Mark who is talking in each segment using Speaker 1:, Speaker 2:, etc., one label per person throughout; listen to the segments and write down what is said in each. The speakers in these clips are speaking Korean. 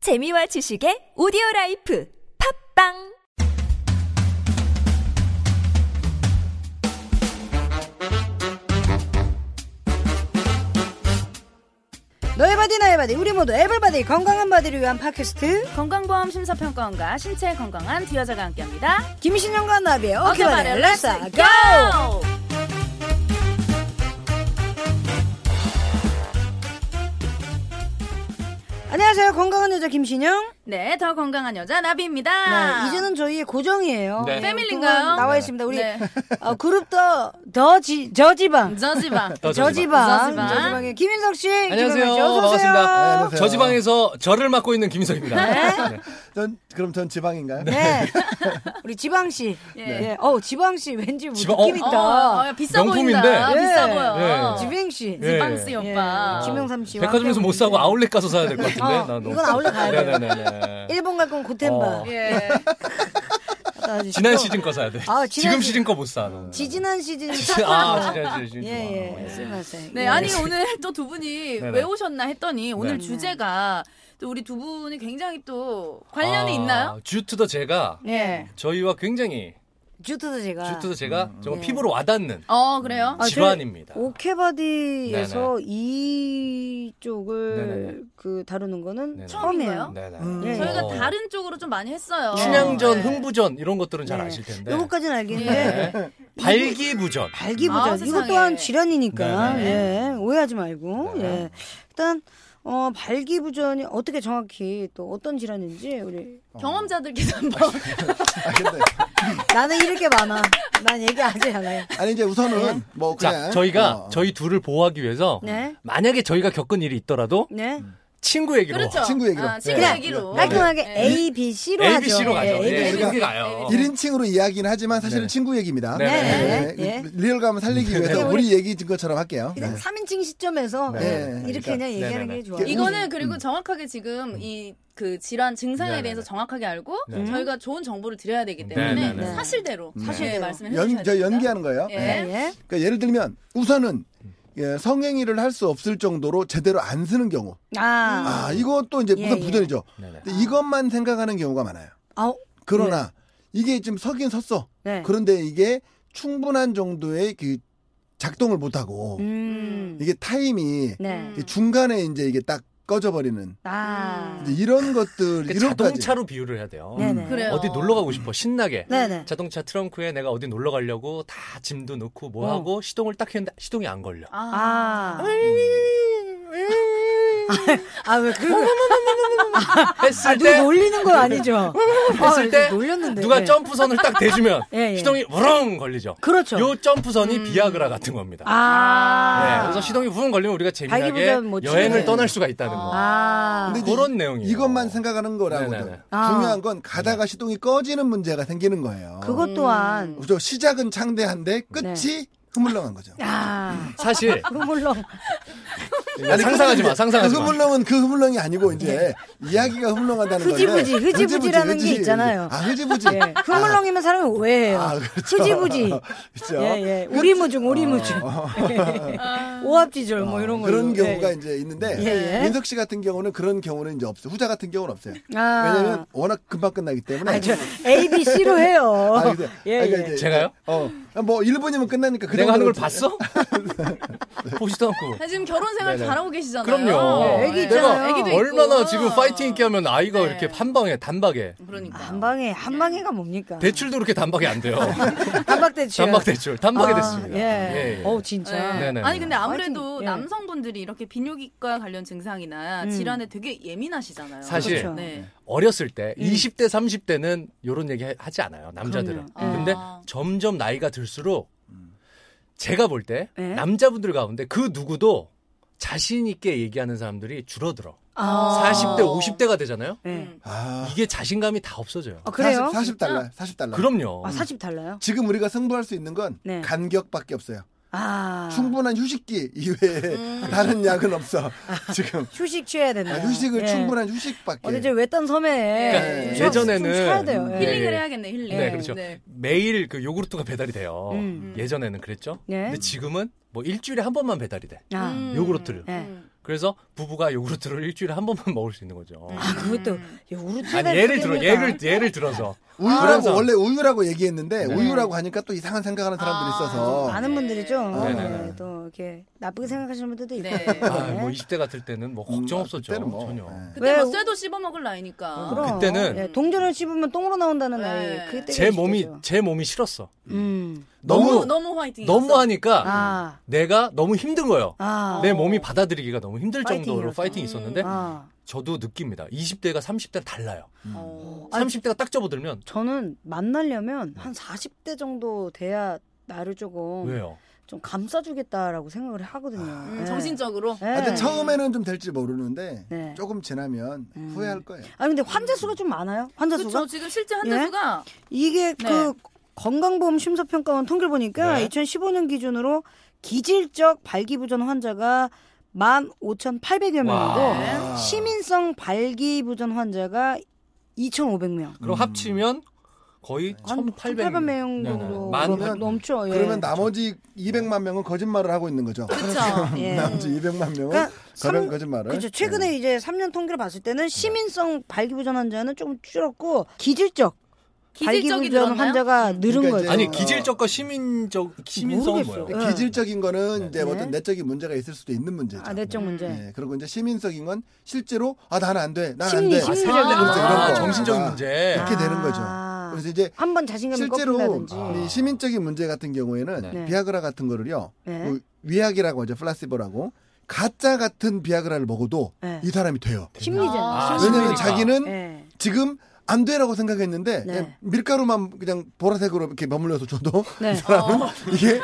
Speaker 1: 재미와 지식의 오디오 라이프 팝빵
Speaker 2: 너의 바디 나의 바디 우리 모두 에블바디 건강한 바디를 위한 팟캐스트
Speaker 3: 건강보험 심사평가원과 신체 건강한 두 여자가 함께합니다.
Speaker 2: 김신영과 나비의 오케이 바디
Speaker 3: 바디,
Speaker 2: 렛츠
Speaker 3: 렛츠
Speaker 2: 고! 안녕하세요 건강한 여자 김신영
Speaker 3: 네, 더 건강한 여자 나비입니다.
Speaker 2: 네, 이제는 저희의 고정이에요
Speaker 4: 네.
Speaker 3: 아. 패밀리인가요?
Speaker 2: 그동안 나와
Speaker 4: 네.
Speaker 2: 있습니다 우리
Speaker 3: 네.
Speaker 2: 어, 그룹 더 더지 저지방
Speaker 3: 저지방.
Speaker 4: 더
Speaker 2: 저지방
Speaker 3: 저지방.
Speaker 2: 저지방의 김인석 씨
Speaker 4: 안녕하세요.
Speaker 2: 김인석 씨, 어서 오세요.
Speaker 4: 반갑습니다.
Speaker 5: 네, 안녕하세요.
Speaker 4: 저지방에서 저를 맡고 있는 김희석입니다. 네.
Speaker 5: 전 그럼 전 지방인가요?
Speaker 2: 네 우리 지방 씨
Speaker 3: 예.
Speaker 2: 예. 어 지방 씨 왠지 뭐
Speaker 4: 지방-
Speaker 2: 느낌
Speaker 4: 어,
Speaker 2: 있다
Speaker 3: 어, 어, 비싸
Speaker 4: 명품인데.
Speaker 3: 보인다. 비싸
Speaker 2: 예.
Speaker 3: 보여.
Speaker 4: 어. 예.
Speaker 2: 지방 씨
Speaker 4: 예.
Speaker 3: 지방씨 오빠.
Speaker 2: 예. 김영삼 씨
Speaker 4: 백화점에서 못 사고 아울렛 가서 사야 될 것 같은데.
Speaker 2: 어,
Speaker 4: 나 너무-
Speaker 2: 이건 아울렛 가야 돼요.
Speaker 4: 네네네네.
Speaker 2: 일본 갈 건 고텐바
Speaker 4: 어.
Speaker 3: 예.
Speaker 2: 갔다 와주시고.
Speaker 4: 지난 시즌 거 사야 돼.
Speaker 2: 아, 지난
Speaker 4: 지금
Speaker 2: 시-
Speaker 4: 시즌 거 못 사. 너.
Speaker 2: 지지난 시즌
Speaker 4: 아, 지난 시즌.
Speaker 2: 예예
Speaker 4: 예.
Speaker 2: 쓸맛에
Speaker 3: 네, 아니 오늘 또 두 분이
Speaker 4: 네네.
Speaker 3: 왜 오셨나 했더니 오늘
Speaker 4: 네.
Speaker 3: 주제가 또 우리 두 분이 굉장히 또 관련이
Speaker 4: 아,
Speaker 3: 있나요?
Speaker 4: 주투더 제가
Speaker 2: 예
Speaker 4: 저희와 굉장히
Speaker 2: 주트도 제가
Speaker 4: 주투더 제가 정말
Speaker 2: 예.
Speaker 4: 피부로 와닿는
Speaker 3: 어, 그래요?
Speaker 2: 아,
Speaker 4: 질환입니다.
Speaker 2: 오케바디에서 이쪽을
Speaker 4: 네네네.
Speaker 2: 그 다루는 거는
Speaker 4: 네네.
Speaker 2: 처음이에요.
Speaker 3: 처음인가요?
Speaker 4: 네네.
Speaker 5: 음.
Speaker 3: 저희가
Speaker 4: 어.
Speaker 3: 다른 쪽으로 좀 많이 했어요.
Speaker 4: 춘향전,
Speaker 3: 네.
Speaker 4: 흥부전 이런 것들은 잘
Speaker 2: 네.
Speaker 4: 아실 텐데.
Speaker 2: 요거까지는 알겠는데
Speaker 4: 네. 발기부전.
Speaker 2: 발기부전
Speaker 3: 아,
Speaker 2: 이것
Speaker 3: 세상에.
Speaker 2: 또한 질환이니까
Speaker 4: 네네.
Speaker 2: 예, 오해하지 말고
Speaker 4: 네.
Speaker 2: 예. 일단 어, 발기부전이 어떻게 정확히 또 어떤 질환인지 우리
Speaker 3: 경험자들께서 뭐 한번
Speaker 5: 아, 근데
Speaker 2: 나는 잃을 게 많아. 난 얘기 하지 않아요.
Speaker 5: 아니 이제 우선은 뭐
Speaker 4: 자,
Speaker 5: 그냥
Speaker 4: 저희가
Speaker 5: 어,
Speaker 4: 저희 둘을 보호하기 위해서
Speaker 2: 네.
Speaker 4: 만약에 저희가 겪은 일이 있더라도
Speaker 2: 네.
Speaker 4: 친구 얘기로
Speaker 3: 그렇죠.
Speaker 5: 친구 얘기로.
Speaker 3: 아, 친구
Speaker 2: 그냥
Speaker 3: 얘기로.
Speaker 2: 깔끔하게
Speaker 3: 네.
Speaker 2: A, B, C로
Speaker 4: A,
Speaker 2: 하죠.
Speaker 4: B, C로 가죠.
Speaker 2: 예, A, B,
Speaker 4: 예,
Speaker 2: C로
Speaker 4: 이렇게 가요.
Speaker 5: 1인칭으로 이야기는 하지만 사실은
Speaker 4: 네네.
Speaker 5: 친구 얘기입니다. 그
Speaker 4: 네네.
Speaker 2: 네네. 예.
Speaker 5: 리얼감을 살리기 위해서
Speaker 2: 네.
Speaker 5: 우리 얘기 준 것처럼 할게요.
Speaker 2: 그냥
Speaker 5: 네.
Speaker 2: 3인칭 시점에서
Speaker 5: 네.
Speaker 2: 이렇게
Speaker 5: 그러니까.
Speaker 2: 그냥 얘기하는
Speaker 4: 네네네.
Speaker 2: 게 좋아요.
Speaker 3: 이거는
Speaker 4: 음.
Speaker 3: 그리고 정확하게 지금 이 그 질환 증상에
Speaker 4: 네네네.
Speaker 3: 대해서 정확하게 알고
Speaker 4: 음. 네.
Speaker 3: 저희가 좋은 정보를 드려야 되기 때문에
Speaker 4: 네네네.
Speaker 3: 사실대로
Speaker 2: 사실대로.
Speaker 3: 사실 말씀을 해주셔야 돼요.
Speaker 5: 연, 저 연기하는 거예요.
Speaker 3: 예.
Speaker 2: 네, 예.
Speaker 5: 그러니까 예를 들면 우선은 예, 성행위를 할 수 없을 정도로 제대로 안 쓰는 경우.
Speaker 2: 아,
Speaker 5: 아, 이것도 이제
Speaker 2: 예,
Speaker 5: 우선
Speaker 2: 예.
Speaker 5: 부전이죠.
Speaker 4: 네네.
Speaker 5: 근데 이것만 생각하는 경우가 많아요.
Speaker 2: 아,
Speaker 5: 그러나 이게 지금 서긴 섰어.
Speaker 2: 네.
Speaker 5: 그런데 이게 충분한 정도의 그 작동을 못하고
Speaker 2: 음,
Speaker 5: 이게 타임이
Speaker 2: 네.
Speaker 5: 이 중간에 이제 이게 딱 꺼져버리는
Speaker 2: 아,
Speaker 5: 이제 이런 것들
Speaker 4: 그
Speaker 5: 이런 까지
Speaker 4: 자동차로 비유를 해야 돼요. 음.
Speaker 5: 음.
Speaker 2: 네네.
Speaker 3: 그래요.
Speaker 4: 어디 놀러 가고 싶어 신나게.
Speaker 2: 네네.
Speaker 4: 자동차 트렁크에 내가 어디 놀러 가려고 다 짐도 넣고 뭐
Speaker 2: 어.
Speaker 4: 하고 시동을 딱 했는데 시동이 안 걸려.
Speaker 3: 아,
Speaker 2: 아, 음. 아, 왜 그런 거?
Speaker 4: 했을
Speaker 2: 아, 누구
Speaker 4: 때 음.
Speaker 2: 놀리는 거 아니죠?
Speaker 4: 했을 때
Speaker 2: 놀렸는데.
Speaker 4: 누가
Speaker 2: 네.
Speaker 4: 점프선을 딱 대주면
Speaker 2: 예, 예.
Speaker 4: 시동이 우렁 걸리죠.
Speaker 2: 그렇죠.
Speaker 4: 요 점프선이 비아그라 같은 겁니다. 네,
Speaker 2: 아,
Speaker 4: 그래서 시동이 우렁 걸리면 우리가 재미나게
Speaker 2: 발기부전 뭐
Speaker 4: 여행을
Speaker 2: 치네.
Speaker 4: 떠날 수가 있다는 거.
Speaker 2: 아,
Speaker 5: 근데 이제
Speaker 4: 그런 내용이에요.
Speaker 5: 이것만 생각하는 거라고
Speaker 4: 네네네.
Speaker 2: 아.
Speaker 5: 중요한 건 가다가 시동이 꺼지는 문제가 생기는 거예요.
Speaker 2: 그것 또한,
Speaker 5: 저 시작은
Speaker 2: 네.
Speaker 5: 창대한데 끝이 흐물렁한 거죠.
Speaker 2: 아,
Speaker 4: 사실
Speaker 2: 흐물렁.
Speaker 5: 아니,
Speaker 4: 상상하지
Speaker 5: 근데
Speaker 4: 마, 상상하지
Speaker 5: 그
Speaker 4: 마.
Speaker 5: 흐물렁은 그 흐물렁이 아니고 이제 이야기가 흐물렁하다는 건데
Speaker 2: 네. 흐지부지, 흐지부지라는 게
Speaker 5: 흐지부지.
Speaker 2: 있잖아요.
Speaker 5: 아 흐지부지.
Speaker 2: 예. 흐물렁이면 사람이 오해해요.
Speaker 5: 아, 그렇죠.
Speaker 2: 흐지부지.
Speaker 5: 그렇죠.
Speaker 2: 예, 예. 오리무중, 오리무중. 오합지졸, 뭐 이런 거.
Speaker 5: 어. 아. 그런
Speaker 2: 이거.
Speaker 5: 경우가
Speaker 2: 예.
Speaker 5: 이제 있는데
Speaker 2: 예, 예.
Speaker 5: 민석 씨 같은 경우는 그런 경우는 이제 없어요. 후자 같은 경우는 없어요.
Speaker 2: 아.
Speaker 5: 왜냐면 워낙 금방 끝나기 때문에.
Speaker 2: 아니, 저 A, B, C로 해요.
Speaker 5: 아, 근데-
Speaker 2: 예,
Speaker 5: 아,
Speaker 2: 예.
Speaker 5: 그러니까 이제-
Speaker 4: 제가요?
Speaker 5: 어. 뭐 1분이면 끝나니까 그
Speaker 4: 내가 하는 걸
Speaker 5: 정도로-
Speaker 4: 봤어? 보지도 않고.
Speaker 3: 아, 지금 결혼 생활 잘하고 계시잖아요.
Speaker 4: 네, 그럼요.
Speaker 2: 네, 애기 있잖아요.
Speaker 4: 내가
Speaker 3: 애기도 있고.
Speaker 4: 얼마나 지금 파이팅 있게 하면 아이가
Speaker 3: 네.
Speaker 4: 이렇게 한 방에 단박에
Speaker 3: 그러니까.
Speaker 2: 한 방에 한 방에가 뭡니까?
Speaker 4: 대출도 그렇게 단박에 안 돼요.
Speaker 2: 단박 대출.
Speaker 4: 단박 대출 단박에
Speaker 2: 아,
Speaker 4: 됐습니다.
Speaker 2: 예.
Speaker 4: 예, 예.
Speaker 2: 어 진짜.
Speaker 3: 네.
Speaker 4: 네네.
Speaker 3: 아니 근데 아무래도
Speaker 2: 파이팅. 예.
Speaker 3: 남성분들이 이렇게 비뇨기과 관련 증상이나
Speaker 2: 음.
Speaker 3: 질환에 되게 예민하시잖아요.
Speaker 4: 사실
Speaker 2: 그렇죠.
Speaker 3: 네.
Speaker 4: 어렸을 때 20대 30대는 요런 얘기 하- 하지 않아요 남자들은.
Speaker 3: 그럼요.
Speaker 4: 근데
Speaker 3: 아.
Speaker 4: 점점 나이가 들수록 제가 볼 때
Speaker 2: 예?
Speaker 4: 남자분들 가운데 그 누구도 자신 있게 얘기하는 사람들이 줄어들어.
Speaker 2: 아,
Speaker 4: 40대 50대가 되잖아요.
Speaker 2: 네.
Speaker 3: 음.
Speaker 5: 아.
Speaker 4: 이게 자신감이 다 없어져요.
Speaker 2: 아 그래요?
Speaker 5: 40, 40달러. 40달러.
Speaker 4: 그럼요.
Speaker 2: 아 사십 달라요?
Speaker 5: 지금 우리가 승부할 수 있는 건
Speaker 2: 네.
Speaker 5: 간격밖에 없어요.
Speaker 2: 아 음.
Speaker 5: 충분한 휴식기 이외에 다른 약은 없어. 지금
Speaker 2: 휴식 취해야 된다.
Speaker 5: 아, 휴식을
Speaker 2: 예.
Speaker 5: 충분한 휴식밖에.
Speaker 2: 아. 어디 저 외딴 섬에
Speaker 4: 그러니까
Speaker 2: 좀 쉬-
Speaker 4: 예전에는
Speaker 2: 좀 쉬어야 돼요. 예.
Speaker 4: 힐링-
Speaker 3: 힐링을
Speaker 4: 네.
Speaker 3: 해야겠네 힐링.
Speaker 4: 네, 그렇죠.
Speaker 3: 네.
Speaker 4: 매일 그 요구르트가 배달이 돼요.
Speaker 2: 음.
Speaker 4: 예전에는 그랬죠.
Speaker 2: 네.
Speaker 4: 근데 지금은 뭐 일주일에 한 번만 배달이 돼.
Speaker 2: 아,
Speaker 3: 음.
Speaker 4: 요구르트를.
Speaker 2: 예.
Speaker 3: 음.
Speaker 4: 그래서 부부가 요구르트를 일주일에 한 번만 먹을 수 있는 거죠.
Speaker 2: 아 그것도 야, 우르트
Speaker 4: 아니 예를 들어 예를 예를 들어서
Speaker 5: 우유라고
Speaker 4: 아.
Speaker 5: 원래 우유라고 얘기했는데
Speaker 4: 네.
Speaker 5: 우유라고 하니까 또 이상한 생각하는 사람들이
Speaker 3: 아,
Speaker 5: 있어서
Speaker 2: 많은 분들이 좀
Speaker 5: 네,
Speaker 4: 네, 네.
Speaker 2: 예, 또 이렇게 나쁘게 생각하시는 분들도 있고
Speaker 3: 네.
Speaker 2: 네.
Speaker 4: 아, 뭐 20대 같을 때는 뭐 걱정
Speaker 5: 음,
Speaker 4: 없었죠.
Speaker 5: 그때는 뭐,
Speaker 4: 전혀.
Speaker 5: 예.
Speaker 3: 그때 뭐
Speaker 2: 왜-
Speaker 3: 쇠도 씹어 먹을 나이니까.
Speaker 4: 그럼. 그때는-
Speaker 2: 예, 동전을 씹으면 똥으로 나온다는
Speaker 3: 네.
Speaker 2: 나이 그때
Speaker 4: 제 몸이 제 몸이 싫었어.
Speaker 2: 음.
Speaker 3: 너무
Speaker 4: 너무
Speaker 3: 너무 화이팅.
Speaker 4: 너무 하니까
Speaker 2: 아.
Speaker 4: 내가 너무 힘든 거예요.
Speaker 2: 아.
Speaker 4: 내 몸이 받아들이기가 너무 힘들 정도로
Speaker 2: 파이팅이었어.
Speaker 4: 파이팅이 있었는데
Speaker 2: 아.
Speaker 4: 저도 느낍니다. 20대가 30대랑 달라요.
Speaker 3: 어.
Speaker 2: 아니,
Speaker 4: 30대가 딱 접어들면
Speaker 2: 저는 만나려면 한 40대 정도 돼야 나를 조금
Speaker 4: 왜요?
Speaker 2: 좀 감싸주겠다라고 생각을 하거든요.
Speaker 3: 음,
Speaker 2: 네.
Speaker 3: 정신적으로.
Speaker 2: 네.
Speaker 5: 하여튼 처음에는 좀 될지 모르는데
Speaker 2: 네.
Speaker 5: 조금 지나면
Speaker 2: 음.
Speaker 5: 후회할 거예요.
Speaker 2: 아 근데 환자 수가 좀 많아요? 환자 수가?
Speaker 3: 그렇죠. 지금 실제
Speaker 2: 예?
Speaker 3: 환자수가
Speaker 2: 이게
Speaker 3: 네.
Speaker 2: 그 건강보험 심사평가원 통계 를 보니까
Speaker 4: 네.
Speaker 2: 2015년 기준으로 기질적 발기부전 환자가 15,800여
Speaker 4: 와.
Speaker 2: 명이고
Speaker 5: 아.
Speaker 2: 시민성 발기부전 환자가 2,500명.
Speaker 4: 그럼
Speaker 5: 음.
Speaker 4: 합치면 거의
Speaker 2: 한
Speaker 4: 1,800
Speaker 2: 명 정도
Speaker 4: 만
Speaker 5: 그러면-
Speaker 2: 넘죠. 예.
Speaker 5: 그러면 나머지 200만 명은 거짓말을 하고 있는 거죠.
Speaker 3: 그렇죠.
Speaker 2: 예.
Speaker 5: 나머지 200만 명은
Speaker 2: 그러니까
Speaker 5: 그런
Speaker 2: 삼-
Speaker 5: 거짓말을. 예.
Speaker 2: 그렇죠. 최근에 이제 3년 통계를 봤을 때는 시민성 발기부전 환자는 조금 줄었고 기질적
Speaker 3: 기질적이
Speaker 2: 발기부전
Speaker 3: 늘었나요?
Speaker 2: 환자가 늘은
Speaker 5: 그러니까
Speaker 2: 거죠.
Speaker 5: 이제-
Speaker 4: 아니 기질적과 시민적 시민성은 뭐예요?
Speaker 2: 모르겠어요.
Speaker 5: 네. 기질적인 거는
Speaker 4: 네.
Speaker 5: 이제 어떤 내적인 문제가 있을 수도 있는 문제죠.
Speaker 2: 아, 내적 문제.
Speaker 5: 예, 그리고 이제 시민성인 건 실제로 아 나는 안 돼, 난 안
Speaker 2: 심리,
Speaker 5: 돼.
Speaker 2: 심리.
Speaker 5: 이렇게
Speaker 2: 심리적인 문제,
Speaker 5: 이런
Speaker 4: 아,
Speaker 5: 거.
Speaker 4: 정신적인
Speaker 5: 아,
Speaker 4: 문제.
Speaker 5: 이렇게 되는 거죠.
Speaker 2: 아.
Speaker 5: 그래서 이제
Speaker 2: 한번 자신감이
Speaker 5: 실제로
Speaker 2: 꺾인다든지.
Speaker 4: 아.
Speaker 5: 이 시민적인 문제 같은 경우에는
Speaker 2: 네.
Speaker 5: 비아그라 같은 거를요
Speaker 2: 네.
Speaker 5: 그 위약이라고 하죠, 플라시보라고 가짜 같은 비아그라를 먹어도
Speaker 2: 네.
Speaker 5: 이 사람이 돼요.
Speaker 2: 심리전.
Speaker 3: 아,
Speaker 2: 심리전.
Speaker 4: 심리니까.
Speaker 5: 왜냐면 자기는
Speaker 2: 예.
Speaker 5: 지금 안 돼라고
Speaker 2: 네.
Speaker 5: 생각했는데 그냥 밀가루만 그냥 보라색으로 이렇게 머물려서 줘도
Speaker 2: 네.
Speaker 5: 사람은 이게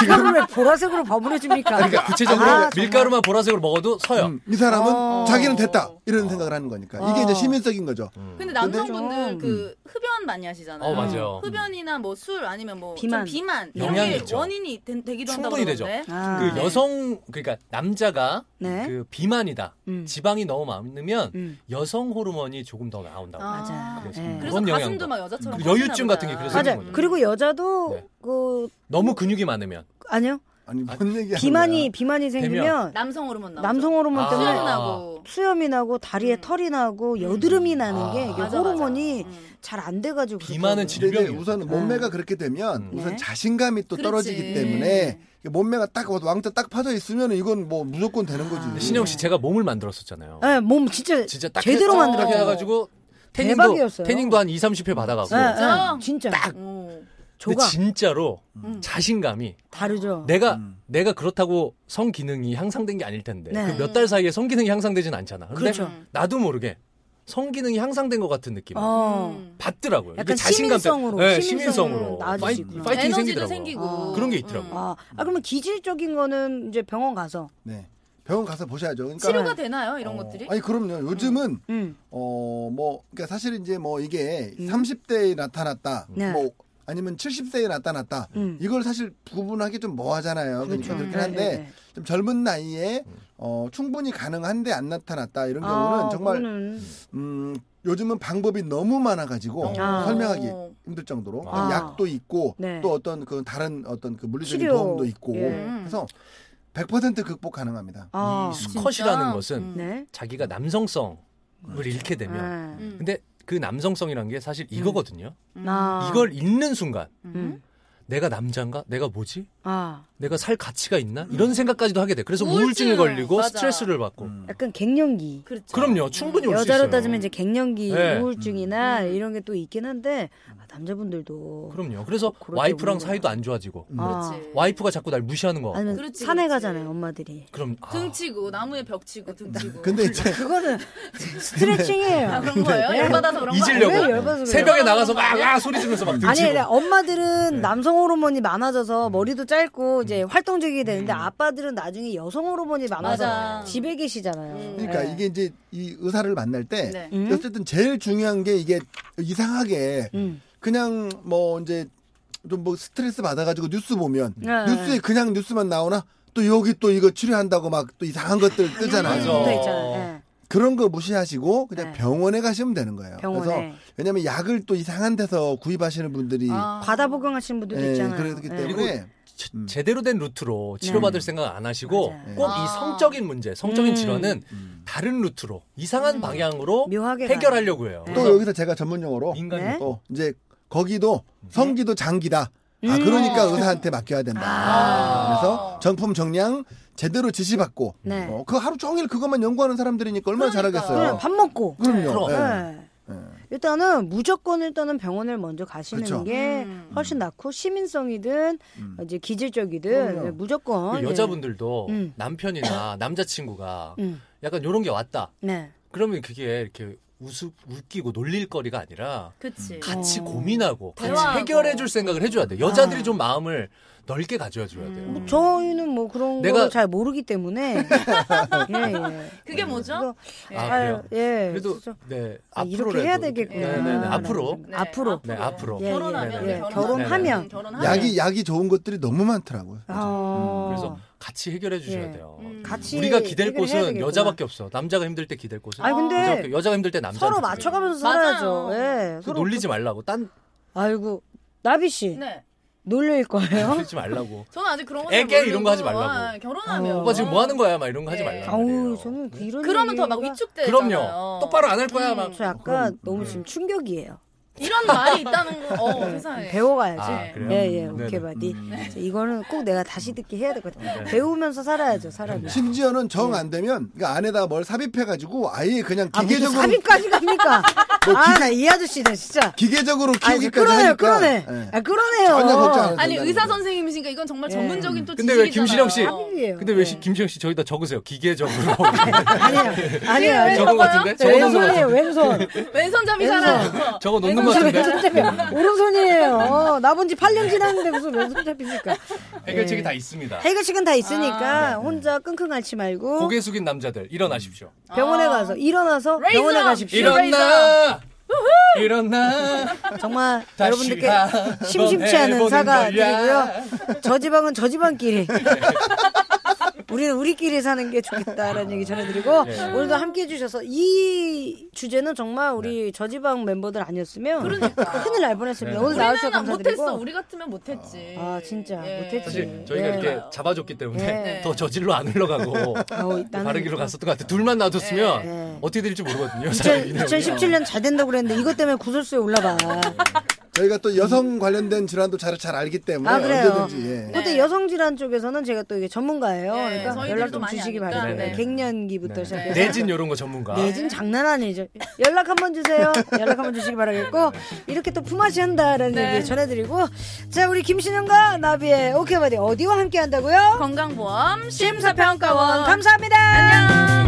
Speaker 2: 지금 왜 보라색으로 버무려집니까?
Speaker 4: 그러니까 구체적으로
Speaker 2: 아, 정말.
Speaker 4: 밀가루만 보라색으로 먹어도 서요.
Speaker 5: 음, 이 사람은
Speaker 2: 어.
Speaker 5: 자기는 됐다 이런 생각을 하는 거니까 이게 이제
Speaker 2: 어.
Speaker 5: 시민적인 거죠.
Speaker 3: 근데
Speaker 5: 근데
Speaker 3: 남성분들
Speaker 2: 좀-
Speaker 3: 그 흡연 많이 하시잖아요.
Speaker 4: 어, 맞아요.
Speaker 3: 흡연이나 뭐 술 아니면 뭐
Speaker 2: 비만.
Speaker 3: 비만, 비만 이런
Speaker 4: 영향이
Speaker 3: 게
Speaker 4: 있죠.
Speaker 3: 원인이 되, 되기도 한다고
Speaker 4: 충분히
Speaker 3: 그러던데.
Speaker 2: 아.
Speaker 4: 그 여성 그러니까 남자가
Speaker 2: 네.
Speaker 4: 그 비만이다.
Speaker 2: 음.
Speaker 4: 지방이 너무 많으면
Speaker 2: 음.
Speaker 4: 여성 호르몬이 조금 더 나온다고.
Speaker 3: 아.
Speaker 2: 맞아.
Speaker 4: 그래서
Speaker 2: 예.
Speaker 3: 그래서
Speaker 4: 그런
Speaker 3: 가슴도
Speaker 4: 영향도.
Speaker 3: 막 여자처럼
Speaker 4: 그 여유증
Speaker 3: 커지나
Speaker 4: 같은 게
Speaker 3: 보다.
Speaker 4: 그래서
Speaker 2: 맞아.
Speaker 4: 쓰는 거죠.
Speaker 2: 그리고 여자도
Speaker 4: 네.
Speaker 2: 그
Speaker 4: 너무 근육이 많으면
Speaker 2: 아니요.
Speaker 5: 아니 뭔 얘기야? 네.
Speaker 2: 비만이 비만이 생기면
Speaker 3: 남성 호르몬 나오죠.
Speaker 2: 남성 호르몬
Speaker 4: 아.
Speaker 2: 때문에
Speaker 3: 수염 나고
Speaker 2: 수염이 나고 다리에
Speaker 3: 음.
Speaker 2: 털이 나고 여드름이 나는
Speaker 4: 아.
Speaker 2: 게 이게
Speaker 4: 맞아,
Speaker 2: 호르몬이
Speaker 3: 음.
Speaker 2: 잘 안 돼가지고 그렇더라고요.
Speaker 4: 비만은 진짜 질병이에요.
Speaker 5: 우선 몸매가 그렇게 되면
Speaker 4: 음.
Speaker 5: 우선
Speaker 2: 네.
Speaker 5: 자신감이 또 떨어지기
Speaker 3: 그렇지.
Speaker 5: 때문에 이게 몸매가 딱 왕자 딱 파져 있으면 이건 뭐 무조건 되는 거지.
Speaker 2: 아.
Speaker 4: 신영 씨 제가 몸을 만들었었잖아요.
Speaker 2: 네, 몸 진짜
Speaker 4: 진짜 딱
Speaker 2: 제대로
Speaker 4: 해-
Speaker 2: 만들었어요.
Speaker 4: 딱 해가지고 태닝도
Speaker 2: 대박이었어요.
Speaker 4: 태닝도 한 2, 30회 받아가고.
Speaker 2: 네, 네,
Speaker 3: 진짜?
Speaker 2: 진짜
Speaker 3: 오.
Speaker 4: 근데
Speaker 2: 조각
Speaker 4: 진짜로
Speaker 3: 음.
Speaker 4: 자신감이
Speaker 2: 다르죠.
Speaker 4: 내가
Speaker 5: 음.
Speaker 4: 내가 그렇다고 성 기능이 향상된 게 아닐 텐데 그
Speaker 2: 네.
Speaker 4: 몇 달 사이에 성 기능이 향상되진 않잖아. 근데
Speaker 2: 그렇죠.
Speaker 4: 나도 모르게 성 기능이 향상된 것 같은 느낌.
Speaker 2: 어.
Speaker 3: 음.
Speaker 4: 받더라고요. 이게
Speaker 2: 약간
Speaker 4: 자신감 때문에.
Speaker 2: 시민성으로,
Speaker 4: 네,
Speaker 2: 시민성으로
Speaker 4: 시민성으로
Speaker 2: 나아질
Speaker 4: 파이,
Speaker 2: 수 있구나.
Speaker 4: 파이팅
Speaker 3: 에너지도
Speaker 4: 생기더라고요.
Speaker 3: 생기고
Speaker 2: 아.
Speaker 4: 그런 게 있더라고요.
Speaker 2: 아, 아 그러면 기질적인 거는 이제 병원 가서
Speaker 5: 네. 병원 가서 보셔야죠. 그러니까
Speaker 3: 치료가 되나요 이런
Speaker 5: 어,
Speaker 3: 것들이?
Speaker 5: 아니 그럼요. 요즘은
Speaker 2: 음.
Speaker 5: 어, 뭐, 그러니까 사실 이제 뭐 이게
Speaker 2: 음.
Speaker 5: 30대에 나타났다,
Speaker 2: 네.
Speaker 5: 뭐 아니면 70세에 나타났다,
Speaker 2: 음.
Speaker 5: 이걸 사실 구분하기 좀 뭐하잖아요. 그러니까
Speaker 2: 그렇죠.
Speaker 5: 그렇긴
Speaker 2: 네,
Speaker 5: 한데
Speaker 2: 네, 네.
Speaker 5: 좀 젊은 나이에 어, 충분히 가능한데 안 나타났다 이런 경우는
Speaker 2: 아,
Speaker 5: 정말
Speaker 2: 그거는
Speaker 5: 음, 요즘은 방법이 너무 많아가지고
Speaker 2: 아.
Speaker 5: 설명하기
Speaker 3: 어.
Speaker 5: 힘들 정도로 그러니까
Speaker 4: 아.
Speaker 5: 약도 있고
Speaker 2: 네.
Speaker 5: 또 어떤 그 다른 어떤 그 물리적인
Speaker 2: 치료.
Speaker 5: 도움도 있고
Speaker 2: 예.
Speaker 5: 그래서 100% 극복 가능합니다.
Speaker 2: 아,
Speaker 4: 이 수컷이라는
Speaker 3: 진짜?
Speaker 4: 것은
Speaker 3: 음.
Speaker 2: 네.
Speaker 4: 자기가 남성성을
Speaker 2: 음.
Speaker 4: 잃게 되면
Speaker 2: 네.
Speaker 3: 음.
Speaker 4: 근데 그 남성성이란 게 사실 이거거든요.
Speaker 3: 음.
Speaker 2: 아.
Speaker 4: 이걸 잃는 순간
Speaker 2: 음.
Speaker 4: 내가 남잔가? 내가 뭐지?
Speaker 2: 아,
Speaker 4: 내가 살 가치가 있나? 이런 생각까지도 하게 돼. 그래서
Speaker 3: 우울증.
Speaker 4: 우울증에 걸리고
Speaker 3: 맞아.
Speaker 4: 스트레스를 받고.
Speaker 5: 음.
Speaker 2: 약간 갱년기.
Speaker 3: 그렇죠.
Speaker 4: 그럼요. 충분히 올 수 있어요.
Speaker 2: 여자로 따지면 이제 갱년기,
Speaker 4: 음. 네.
Speaker 2: 우울증이나
Speaker 3: 음.
Speaker 2: 이런 게 또 있긴 한데 아, 남자분들도
Speaker 4: 그럼요. 그래서
Speaker 2: 뭐 그렇게
Speaker 4: 와이프랑
Speaker 2: 우울해.
Speaker 4: 사이도 안 좋아지고
Speaker 5: 음.
Speaker 2: 아,
Speaker 3: 그렇지.
Speaker 4: 와이프가 자꾸 날 무시하는 거.
Speaker 2: 아니면
Speaker 3: 그렇지,
Speaker 2: 산에
Speaker 3: 그렇지.
Speaker 2: 가잖아요, 엄마들이.
Speaker 4: 그럼 아,
Speaker 3: 등치고 나무에 벽치고 등치고.
Speaker 5: 근데 이제
Speaker 2: 그거는 스트레칭이에요.
Speaker 3: 아 그런 거예요?
Speaker 2: 네.
Speaker 3: 열받아서 그런 거
Speaker 4: 잊으려고?
Speaker 2: 왜
Speaker 3: 아니에요?
Speaker 2: 열받아서 그래요?
Speaker 4: 새벽에 나가서 막 아, 소리 지르면서 막
Speaker 2: 아니,
Speaker 4: 등치고.
Speaker 2: 아니, 엄마들은
Speaker 5: 네.
Speaker 2: 남성 호르몬이
Speaker 5: 음.
Speaker 2: 많아져서 머리도 짧고 이제 활동적이게 되는데 아빠들은 나중에 여성 호르몬이 많아서
Speaker 3: 맞아.
Speaker 2: 집에 계시잖아요.
Speaker 3: 음.
Speaker 5: 그러니까
Speaker 2: 네.
Speaker 5: 이게 이제 이 의사를 만날 때
Speaker 3: 네.
Speaker 2: 음?
Speaker 5: 어쨌든 제일 중요한 게 이게 이상하게
Speaker 2: 음.
Speaker 5: 그냥 뭐 이제 좀 뭐 스트레스 받아가지고 뉴스 보면
Speaker 2: 네.
Speaker 5: 뉴스에 그냥 뉴스만 나오나 또 여기 또 이거 치료한다고 막 또 이상한 것들
Speaker 2: 음,
Speaker 5: 뜨잖아요.
Speaker 4: 맞아.
Speaker 2: 돼 있잖아요. 네.
Speaker 5: 그런 거 무시하시고 그냥
Speaker 2: 네.
Speaker 5: 병원에 가시면 되는 거예요.
Speaker 2: 병원에.
Speaker 5: 그래서 왜냐면 약을 또 이상한 데서 구입하시는 분들이
Speaker 3: 아.
Speaker 2: 과다 복용하시는 분들도
Speaker 5: 예,
Speaker 2: 있잖아요.
Speaker 5: 그렇기
Speaker 2: 예.
Speaker 5: 때문에
Speaker 4: 제-
Speaker 5: 음. 네.
Speaker 4: 제대로 된 루트로 치료받을
Speaker 2: 네.
Speaker 4: 생각 안 하시고
Speaker 2: 맞아요.
Speaker 4: 꼭 이
Speaker 3: 아.
Speaker 4: 성적인 문제, 성적인
Speaker 2: 음.
Speaker 4: 질환은
Speaker 5: 음.
Speaker 4: 다른 루트로 이상한 방향으로
Speaker 2: 묘하게
Speaker 4: 해결하려고 해요.
Speaker 2: 네.
Speaker 5: 또 여기서 제가 전문 용어로
Speaker 4: 인간
Speaker 2: 네.
Speaker 5: 또 이제 거기도 성기도 장기다. 아
Speaker 2: 음.
Speaker 5: 그러니까 의사한테 맡겨야 된다.
Speaker 3: 아.
Speaker 5: 그래서 정품 정량 제대로 지시받고
Speaker 2: 네.
Speaker 5: 어, 그 하루 종일 그것만 연구하는 사람들이니까 얼마나
Speaker 3: 그러니까요.
Speaker 5: 잘하겠어요.
Speaker 2: 그냥 밥 먹고.
Speaker 5: 그럼요.
Speaker 4: 그럼.
Speaker 5: 예.
Speaker 2: 네.
Speaker 5: 예.
Speaker 2: 일단은 무조건 일단은 병원을 먼저 가시는
Speaker 5: 그쵸.
Speaker 2: 게
Speaker 3: 음.
Speaker 2: 훨씬 낫고 시민성이든
Speaker 5: 그렇죠. 음.
Speaker 2: 이제 기질적이든
Speaker 5: 그럼요.
Speaker 2: 네, 무조건
Speaker 4: 그 여자분들도
Speaker 2: 음.
Speaker 4: 남편이나 남자친구가
Speaker 2: 네. 음.
Speaker 4: 약간 요런 게 왔다.
Speaker 2: 네.
Speaker 4: 그러면 그게 이렇게 우스, 웃기고 놀릴 거리가 아니라
Speaker 3: 그치.
Speaker 4: 같이
Speaker 2: 어.
Speaker 4: 고민하고 같이
Speaker 3: 대화하고.
Speaker 4: 해결해 줄 생각을 해줘야 돼. 여자들이
Speaker 2: 아.
Speaker 4: 좀 마음을 넓게 가져줘야 돼요.
Speaker 3: 음.
Speaker 2: 저희는 뭐 그런
Speaker 4: 내가-
Speaker 2: 거를 잘 모르기 때문에 예, 예.
Speaker 3: 그게 뭐죠?
Speaker 2: 그래서
Speaker 3: 예.
Speaker 4: 아,
Speaker 2: 잘- 예.
Speaker 4: 그래도
Speaker 2: 그래서
Speaker 4: 네
Speaker 2: 아,
Speaker 4: 앞으로라도
Speaker 2: 이렇게 해야
Speaker 4: 이렇게-
Speaker 2: 되겠구나.
Speaker 4: 네네네
Speaker 2: 라는
Speaker 4: 앞으로
Speaker 2: 생각. 앞으로.
Speaker 4: 네, 앞으로.
Speaker 2: 예,
Speaker 3: 결혼하면
Speaker 4: 예, 예.
Speaker 3: 결혼하면,
Speaker 2: 결혼하면.
Speaker 3: 음, 결혼하면.
Speaker 5: 약이 약이 좋은 것들이 너무 많더라고요.
Speaker 2: 아.
Speaker 4: 그래서 같이 해결해 주셔야
Speaker 2: 예.
Speaker 4: 돼요.
Speaker 3: 음.
Speaker 2: 같이
Speaker 4: 우리가 기댈
Speaker 2: 얘기를 해야
Speaker 4: 곳은
Speaker 2: 되겠구나.
Speaker 4: 여자밖에 없어. 남자가 힘들 때 기댈 곳은
Speaker 2: 아니 근데
Speaker 4: 여자밖에- 여자가 힘들 때 남자.
Speaker 2: 서로 맞춰가면서
Speaker 3: 맞아요.
Speaker 2: 살아야죠. 예.
Speaker 4: 그
Speaker 2: 서로
Speaker 4: 놀리지 말라고 딴
Speaker 2: 아이고 나비 씨
Speaker 3: 네.
Speaker 2: 놀릴 거예요?
Speaker 4: 놀리지 말라고.
Speaker 3: 저는 아직 그런 거
Speaker 4: 애기 이런 거 하지 말라고.
Speaker 3: 결혼하면.
Speaker 2: 어.
Speaker 4: 오빠 지금 뭐 하는 거야? 막 이런 거 하지
Speaker 3: 예.
Speaker 4: 말라.
Speaker 2: 아우 저는 그 이런
Speaker 3: 그러면 더 막
Speaker 2: 얘기가-
Speaker 3: 위축돼.
Speaker 4: 그럼요. 똑바로 안 할 거야. 막
Speaker 2: 저 약간
Speaker 5: 그럼,
Speaker 2: 너무
Speaker 5: 음.
Speaker 2: 지금 충격이에요.
Speaker 3: 이런 말이 있다는 거. 어, 세상에.
Speaker 2: 배워가야지.
Speaker 4: 아, 그래요?
Speaker 2: 예, 예,
Speaker 4: 네네.
Speaker 2: 오케이 바디.
Speaker 5: 음.
Speaker 2: 자, 이거는 꼭 내가 다시 듣기 해야 될 것 같아요.
Speaker 4: 네.
Speaker 2: 배우면서 살아야죠, 사람이.
Speaker 5: 네. 심지어는 정 안 되면 그러니까 안에다 뭘 삽입해가지고 아예 그냥
Speaker 2: 네. 아, 무슨
Speaker 5: 기계적으로
Speaker 2: 삽입까지 갑니까? 아, 나 이 아저씨는 진짜.
Speaker 5: 기계적으로
Speaker 2: 아, 이제
Speaker 5: 키우기까지
Speaker 2: 끌어내요,
Speaker 5: 하니까
Speaker 2: 끌어내.
Speaker 5: 예.
Speaker 2: 아, 끌어내요.
Speaker 5: 전혀 걱정 안 해도
Speaker 3: 아니
Speaker 5: 된다는
Speaker 3: 의사
Speaker 5: 거예요.
Speaker 3: 선생님이시니까 이건 정말
Speaker 2: 예.
Speaker 3: 전문적인 또
Speaker 4: 근데 왜
Speaker 3: 지식이잖아요. 어.
Speaker 4: 김신영 씨?
Speaker 2: 삽입이에요.
Speaker 4: 근데 왜
Speaker 2: 네.
Speaker 4: 시- 김시영 씨 저기다 적으세요? 기계적으로.
Speaker 2: 아니에요. 아니에요. 아니에요.
Speaker 4: 저거 같은데?
Speaker 2: 저
Speaker 4: 저거 놓는 거 같은데?
Speaker 2: 왼손이에요, 왼손.
Speaker 3: 왼손잡이잖아요. 어.
Speaker 4: 저거
Speaker 2: 네.
Speaker 4: 놓는 거
Speaker 2: 왼손잡이,
Speaker 4: 같은데? 음.
Speaker 2: 왼손잡이. 오른손이에요. 어, 나본지 8년 지났는데 무슨 왼손잡입니까?
Speaker 4: 해결책이
Speaker 2: 예.
Speaker 4: 다 있습니다.
Speaker 2: 해결책은 다 있으니까 혼자 끙끙 앓지 말고
Speaker 4: 아, 네. 고개 숙인 남자들 일어나십시오.
Speaker 2: 병원에
Speaker 3: 아.
Speaker 2: 가서 일어나서
Speaker 3: Raise
Speaker 2: 병원에
Speaker 3: up!
Speaker 2: 가십시오.
Speaker 3: 일어-
Speaker 4: 일어나! 일어나!
Speaker 2: 정말
Speaker 4: 다시
Speaker 2: 여러분들께
Speaker 4: 한번
Speaker 2: 심심치 않은
Speaker 4: 해보는
Speaker 2: 사과
Speaker 4: 거야.
Speaker 2: 드리고요. 저지방은 저지방끼리. 우리는 우리끼리 사는 게 좋겠다라는 얘기 전해드리고
Speaker 4: 예.
Speaker 2: 오늘도 함께 해주셔서 이 주제는 정말 우리 저지방 멤버들 아니었으면 큰일 날 뻔했습니다.
Speaker 4: 네.
Speaker 2: 오늘 나와주셔서
Speaker 3: 우리는 못했어.
Speaker 2: 감사드리고
Speaker 3: 우리 같으면 못했지.
Speaker 2: 아, 진짜 못했지.
Speaker 4: 사실
Speaker 2: 예.
Speaker 4: 저희가
Speaker 2: 예.
Speaker 4: 이렇게 잡아줬기 때문에
Speaker 2: 예.
Speaker 4: 더 저질로 안 흘러가고
Speaker 2: 아우, 나는-
Speaker 4: 바른 길로 갔었던 것 같아요. 둘만 놔뒀으면
Speaker 2: 예.
Speaker 4: 어떻게 될지 모르거든요. 사실 인연이.
Speaker 2: 2017년 잘 된다고 그랬는데 이것 때문에 구설수에 올라가.
Speaker 4: 네.
Speaker 5: 저희가 또 여성 관련된 질환도 잘, 잘 알기 때문에
Speaker 4: 네,
Speaker 2: 아, 그래요.
Speaker 5: 언제든지 예.
Speaker 2: 근데
Speaker 3: 네.
Speaker 2: 여성 질환 쪽에서는 제가 또 이게 전문가예요.
Speaker 3: 네,
Speaker 2: 그러니까
Speaker 3: 저희들도
Speaker 2: 연락 좀
Speaker 3: 많이
Speaker 2: 주시기
Speaker 3: 아니까.
Speaker 2: 바랍니다.
Speaker 4: 네.
Speaker 2: 갱년기부터
Speaker 4: 네.
Speaker 2: 시작해서
Speaker 4: 내진 이런 거 전문가.
Speaker 2: 내진 장난 아니죠. 연락 한번 주세요. 연락 한번 주시기 바라겠고 이렇게 또 품앗이 한다라는
Speaker 3: 네.
Speaker 2: 얘기 전해드리고 자 우리 김신영과 나비의 오케이 바디 어디와 함께 한다고요?
Speaker 3: 건강보험 심사평가원
Speaker 2: 감사합니다.
Speaker 3: 안녕.